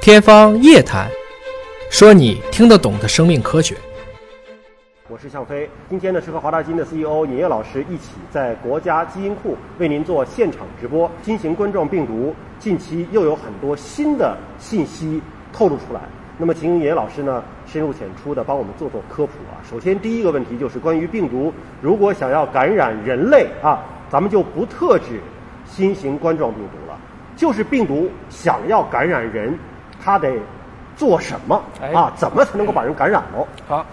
天方夜谭，说你听得懂的生命科学。我是向飞，今天呢是和华大基因的 CEO 尹烨老师一起在国家基因库为您做现场直播。新型冠状病毒近期又有很多新的信息透露出来，那么请尹烨老师呢深入浅出的帮我们做做科普啊。首先第一个问题就是关于病毒，如果想要感染人类啊，咱们就不特指新型冠状病毒了，就是病毒想要感染人，它得做什么哎啊？怎么才能够把人感染哦喽？好，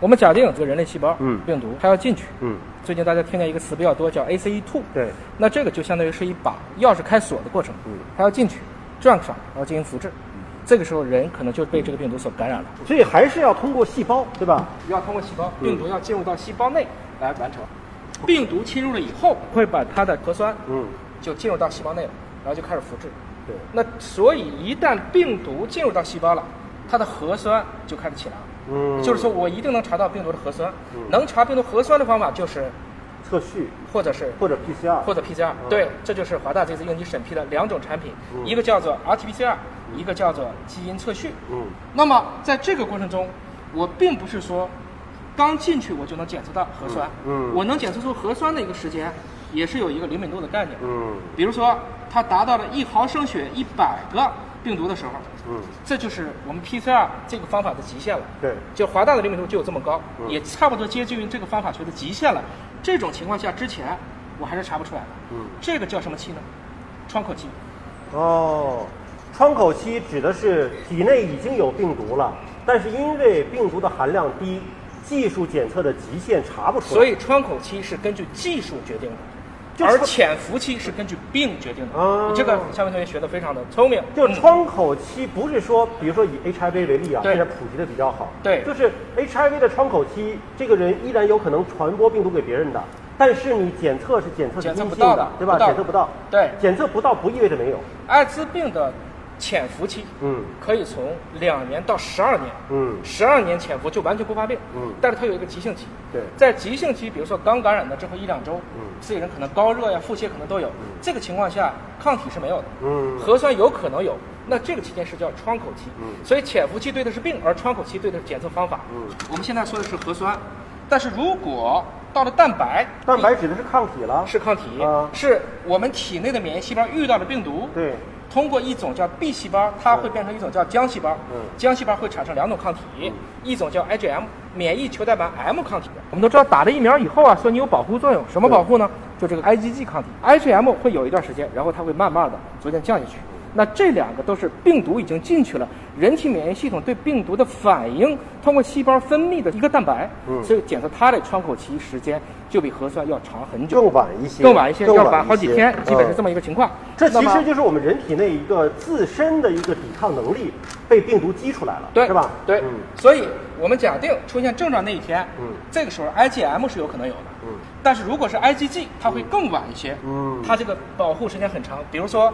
我们假定这个人类细胞，嗯病毒它要进去，嗯，最近大家听见一个词比较多，叫 ACE2，对，那这个就相当于是一把钥匙开锁的过程，嗯它要进去，撞上，然后进行复制，这个时候人可能就被这个病毒所感染了，嗯所以还是要通过细胞，对吧？要通过细胞，病毒要进入到细胞内来完成，病毒侵入了以后，会把它的核酸，嗯，就进入到细胞内了，然后就开始复制，对。那所以一旦病毒进入到细胞了，它的核酸就开始起来了。嗯，就是说我一定能查到病毒的核酸嗯，能查病毒核酸的方法就是，测序或者是或者 PCR，或者 PCR，对，这就是华大这次应急审批的两种产品，嗯一个叫做 RT-PCR，一个叫做基因测序。嗯那么在这个过程中，我并不是说刚进去我就能检测到核酸，嗯嗯我能检测出核酸的一个时间，也是有一个灵敏度的概念。嗯比如说它达到了一毫升血一百个病毒的时候，嗯，这就是我们 PCR 这个方法的极限了。对，就华大的灵敏度就有这么高，嗯也差不多接近于这个方法学的极限了。这种情况下，之前我还是查不出来的。嗯这个叫什么期呢？窗口期。哦，窗口期指的是体内已经有病毒了，但是因为病毒的含量低，技术检测的极限查不出来，所以窗口期是根据技术决定的，就是而潜伏期是根据病决定的。哦你这个夏文同学学的非常的聪明。就嗯窗口期不是说，比如说以 HIV 为例啊，对现在普及的比较好。对就是 HIV 的窗口期，这个人依然有可能传播病毒给别人的，但是你检测是检测是阴检测性不到的对吧？不到的检测不到，对检测不到不意味着没有。艾滋病的潜伏期，嗯可以从两年到十二年。嗯十二年潜伏就完全不发病，嗯但是它有一个急性期，对在急性期，比如说刚感染的之后一两周，嗯自己人可能高热呀、腹泻可能都有，这个情况下抗体是没有的，嗯核酸有可能有，那这个期间是叫窗口期，嗯所以潜伏期对的是病，而窗口期对的是检测方法，嗯，我们现在说的是核酸，但是如果到了蛋白，蛋白指的是抗体了。是抗体，啊是我们体内的免疫细胞遇到了病毒，对，通过一种叫 B 细胞，它会变成一种叫浆细胞。嗯浆细胞会产生两种抗体，一种叫 IgM 免疫球蛋白 M 抗体。我们都知道打了疫苗以后啊，说你有保护作用，什么保护呢？就这个 IgG 抗体，IgM 会有一段时间，然后它会慢慢的逐渐降下去。那这两个都是病毒已经进去了，人体免疫系统对病毒的反应，通过细胞分泌的一个蛋白，嗯所以检测它的窗口期时间就比核酸要长很久，更晚一些更晚一些，更晚一要些嗯晚好几天，基本是这么一个情况。这其那么实就是我们人体内一个自身的一个抵抗能力被病毒激出来了，对，是吧？对，嗯所以我们假定出现症状那一天，嗯这个时候 IgM 是有可能有的，嗯，但是如果是 IgG，它会更晚一些，嗯它这个保护时间很长，比如说。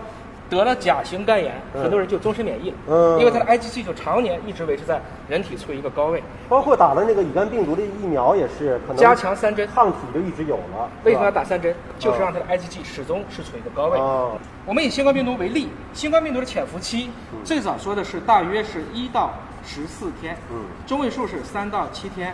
得了甲型肝炎，嗯很多人就终身免疫了，嗯因为它的 IgG 就常年一直维持在人体处于一个高位。包括打了那个乙肝病毒的疫苗也是，可能加强三针抗体就一直有了。为什么要是吧打三针？就是让它的 IgG 始终是处于一个高位。哦，我们以新冠病毒为例，新冠病毒的潜伏期嗯最早说的是大约是一到十四天，嗯中位数是三到七天。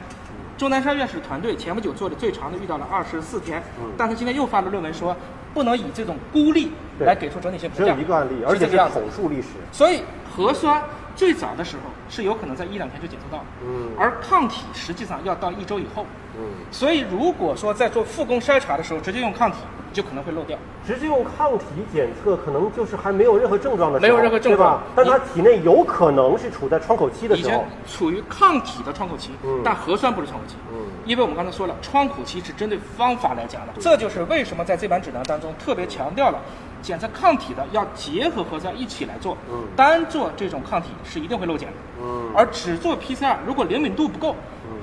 钟南山院士团队前不久做的最长的遇到了二十四天，嗯但他今天又发了论文说，不能以这种孤立对来给出整体性评只有价，一个案例，而这且个是样子口述历史。所以核酸最早的时候是有可能在一两天就检测到的，嗯而抗体实际上要到一周以后。嗯，所以，如果说在做复工筛查的时候直接用抗体，就可能会漏掉。直接用抗体检测，可能就是还没有任何症状的时候，没有任何症状对吧？但他体内有可能是处在窗口期的已时经候。处于抗体的窗口期，嗯但核酸不是窗口期，嗯因为我们刚才说了，窗口期是针对方法来讲的，这就是为什么在这版指南当中特别强调了。检测抗体的要结合核酸一起来做，嗯单做这种抗体是一定会漏检的，嗯而只做 PCR，如果灵敏度不够，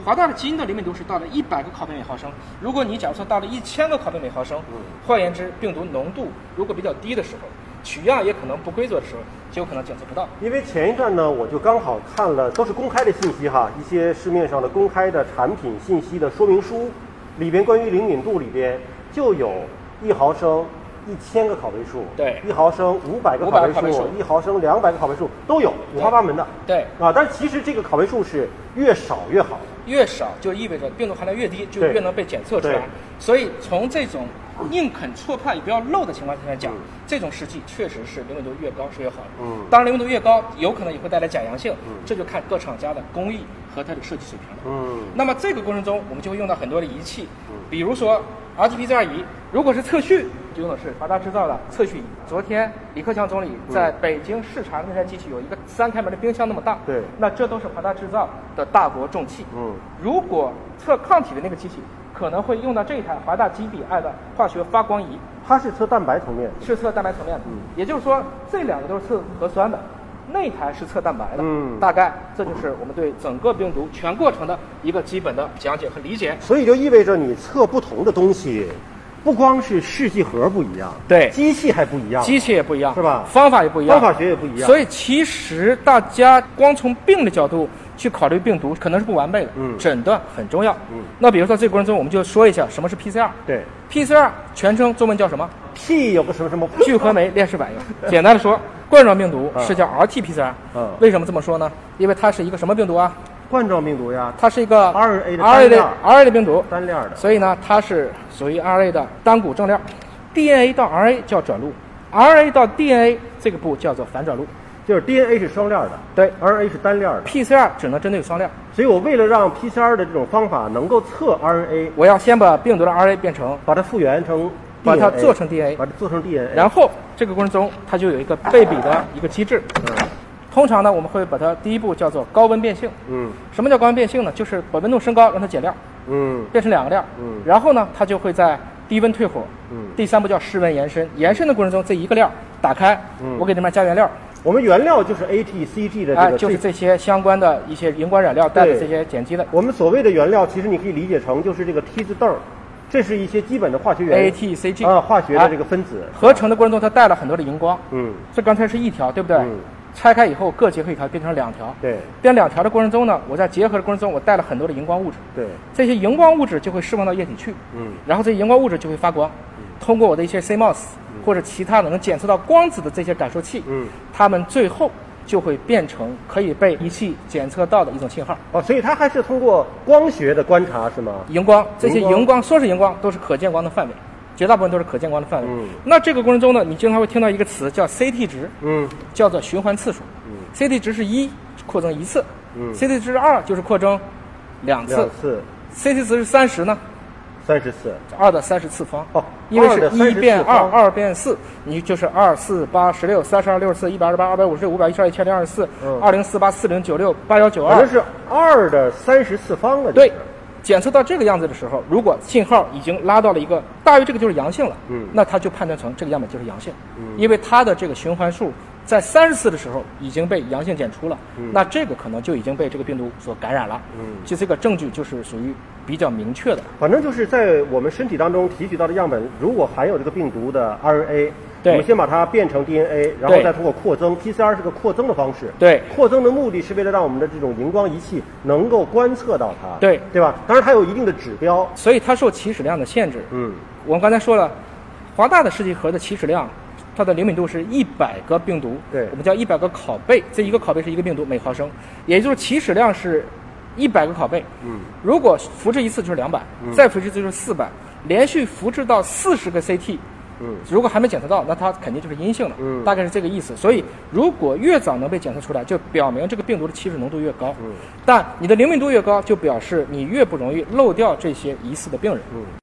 华大的基因的灵敏度是到了一百个拷贝每毫升，如果你假如说到了一千个拷贝每毫升，嗯换言之，病毒浓度如果比较低的时候，取样也可能不规则的时候，就有可能检测不到。因为前一段呢，我就刚好看了，都是公开的信息哈，一些市面上的公开的产品信息的说明书，里边关于灵敏度里边就有一毫升、一千个拷贝数，对一毫升五百个500拷个拷贝贝数数，一毫升两百个拷贝数都有，五花八门的。对啊，但是其实这个拷贝数是越少越好。越少就意味着病毒含量越低，就对越能被检测出来对。所以从这种宁肯错判也不要漏的情况下来讲，这种试剂确实是灵敏度越高是越好的。嗯当然灵敏度越高，有可能也会带来假阳性，嗯这就看各厂家的工艺和它的设计水平了。嗯那么这个过程中，我们就会用到很多的仪器嗯，比如说 RT-PCR 仪，E，如果是测序，就用的是华大制造的测序仪。昨天李克强总理在北京视察那台机器有一个三开门的冰箱那么大，对那这都是华大制造的大国重器。嗯如果测抗体的那个机器，可能会用到这一台华大基比爱的化学发光仪，它是测蛋白层面，是测蛋白层面的。嗯也就是说，这两个都是测核酸的，那台是测蛋白的。嗯大概这就是我们对整个病毒全过程的一个基本的讲解和理解。所以就意味着你测不同的东西，不光是试剂盒不一样，对机器还不一样，机器也不一样，啊是吧方法也不一样，方法学也不一样所以其实大家光从病的角度去考虑病毒，可能是不完备的。嗯诊断很重要。嗯那比如说这个过程中，我们就说一下什么是 PCR。对 PCR 全称中文叫什么？ P 有个什么什么 聚合酶链式反应。简单的说，冠状病毒嗯是叫 RT-PCR。嗯为什么这么说呢？因为它是一个什么病毒啊？冠状病毒呀，它是一个 RNA 的单 RNA 链的儿 RNA 的病毒，单链儿的，所以呢，它是属于 RNA 的单股正链儿，DNA 到 RNA 叫转录，RNA 到 DNA 这个步叫做反转录。就是 DNA 是双链儿的，对，RNA 是单链儿的。 ，PCR 只能针对双链儿，所以我为了让 PCR 的这种方法能够测 RNA，我要先把病毒的 RNA 变成，把它复原成 DNA, 把它做成 DNA 把它做成 DNA，然后这个过程中它就有一个倍比的一个机制。嗯通常呢，我们会把它第一步叫做高温变性。嗯什么叫高温变性呢？就是把温度升高，让它减料，嗯变成两个料。嗯然后呢，它就会在低温退火。嗯第三步叫室温延伸，延伸的过程中，这一个料打开，嗯我给里面加原料，我们原料就是 ATCG 的这个、哎，就是这些相关的一些荧光染料带的对这些碱基的我们所谓的原料，其实你可以理解成就是这个 T 字豆儿，这是一些基本的化学原 ATCG 啊，化学哎的这个分子。合成的过程中，它带了很多的荧光。嗯这刚才是一条，对不对？嗯拆开以后，各结合一条，变成两条。对变两条的过程中呢，我在结合的过程中，我带了很多的荧光物质。对，这些荧光物质就会释放到液体去，嗯然后这荧光物质就会发光。通过我的一些 CMOS 或者其他的能检测到光子的这些感受器，嗯。它们最后就会变成可以被仪器检测到的一种信号。哦，所以它还是通过光学的观察是吗？荧光，这些荧光荧光说是荧光，都是可见光的范围，绝大部分都是可见光的范围。嗯那这个过程中呢，你经常会听到一个词叫 CT 值，嗯叫做循环次数。嗯 CT 值是一，扩增一次。嗯 CT 值是二，就是扩增两次。两次， CT 值是三十呢，三十次。二的三十次方。哦因为二是的一34变二，方二变四，你就是二四八十六三十二六十四一百二十八二百五十六五百一十二一千零二十四嗯二零四八四零九六八幺九反二正。是二的三十次方了，对，检测到这个样子的时候，如果信号已经拉到了一个大于这个就是阳性了，嗯那它就判断成这个样本就是阳性，嗯因为它的这个循环数在三十次的时候已经被阳性检出了，嗯那这个可能就已经被这个病毒所感染了，嗯就这个证据就是属于比较明确的，反正就是在我们身体当中提取到的样本，如果含有这个病毒的 RNA，对我们先把它变成 DNA，然后再通过扩增，PCR 是个扩增的方式。对扩增的目的是为了让我们的这种荧光仪器能够观测到它。对对吧？当然它有一定的指标。所以它受起始量的限制。嗯我们刚才说了，华大的试剂盒的起始量。它的灵敏度是一百个病毒，对我们叫一百个拷贝，这一个拷贝是一个病毒每毫升，也就是起始量是一百个拷贝，嗯如果复制一次就是两百、再复制一次就是四百，连续复制到四十个 CT，嗯如果还没检测到，那它肯定就是阴性了，嗯大概是这个意思。所以如果越早能被检测出来，就表明这个病毒的起始浓度越高，嗯但你的灵敏度越高，就表示你越不容易漏掉这些疑似的病人。嗯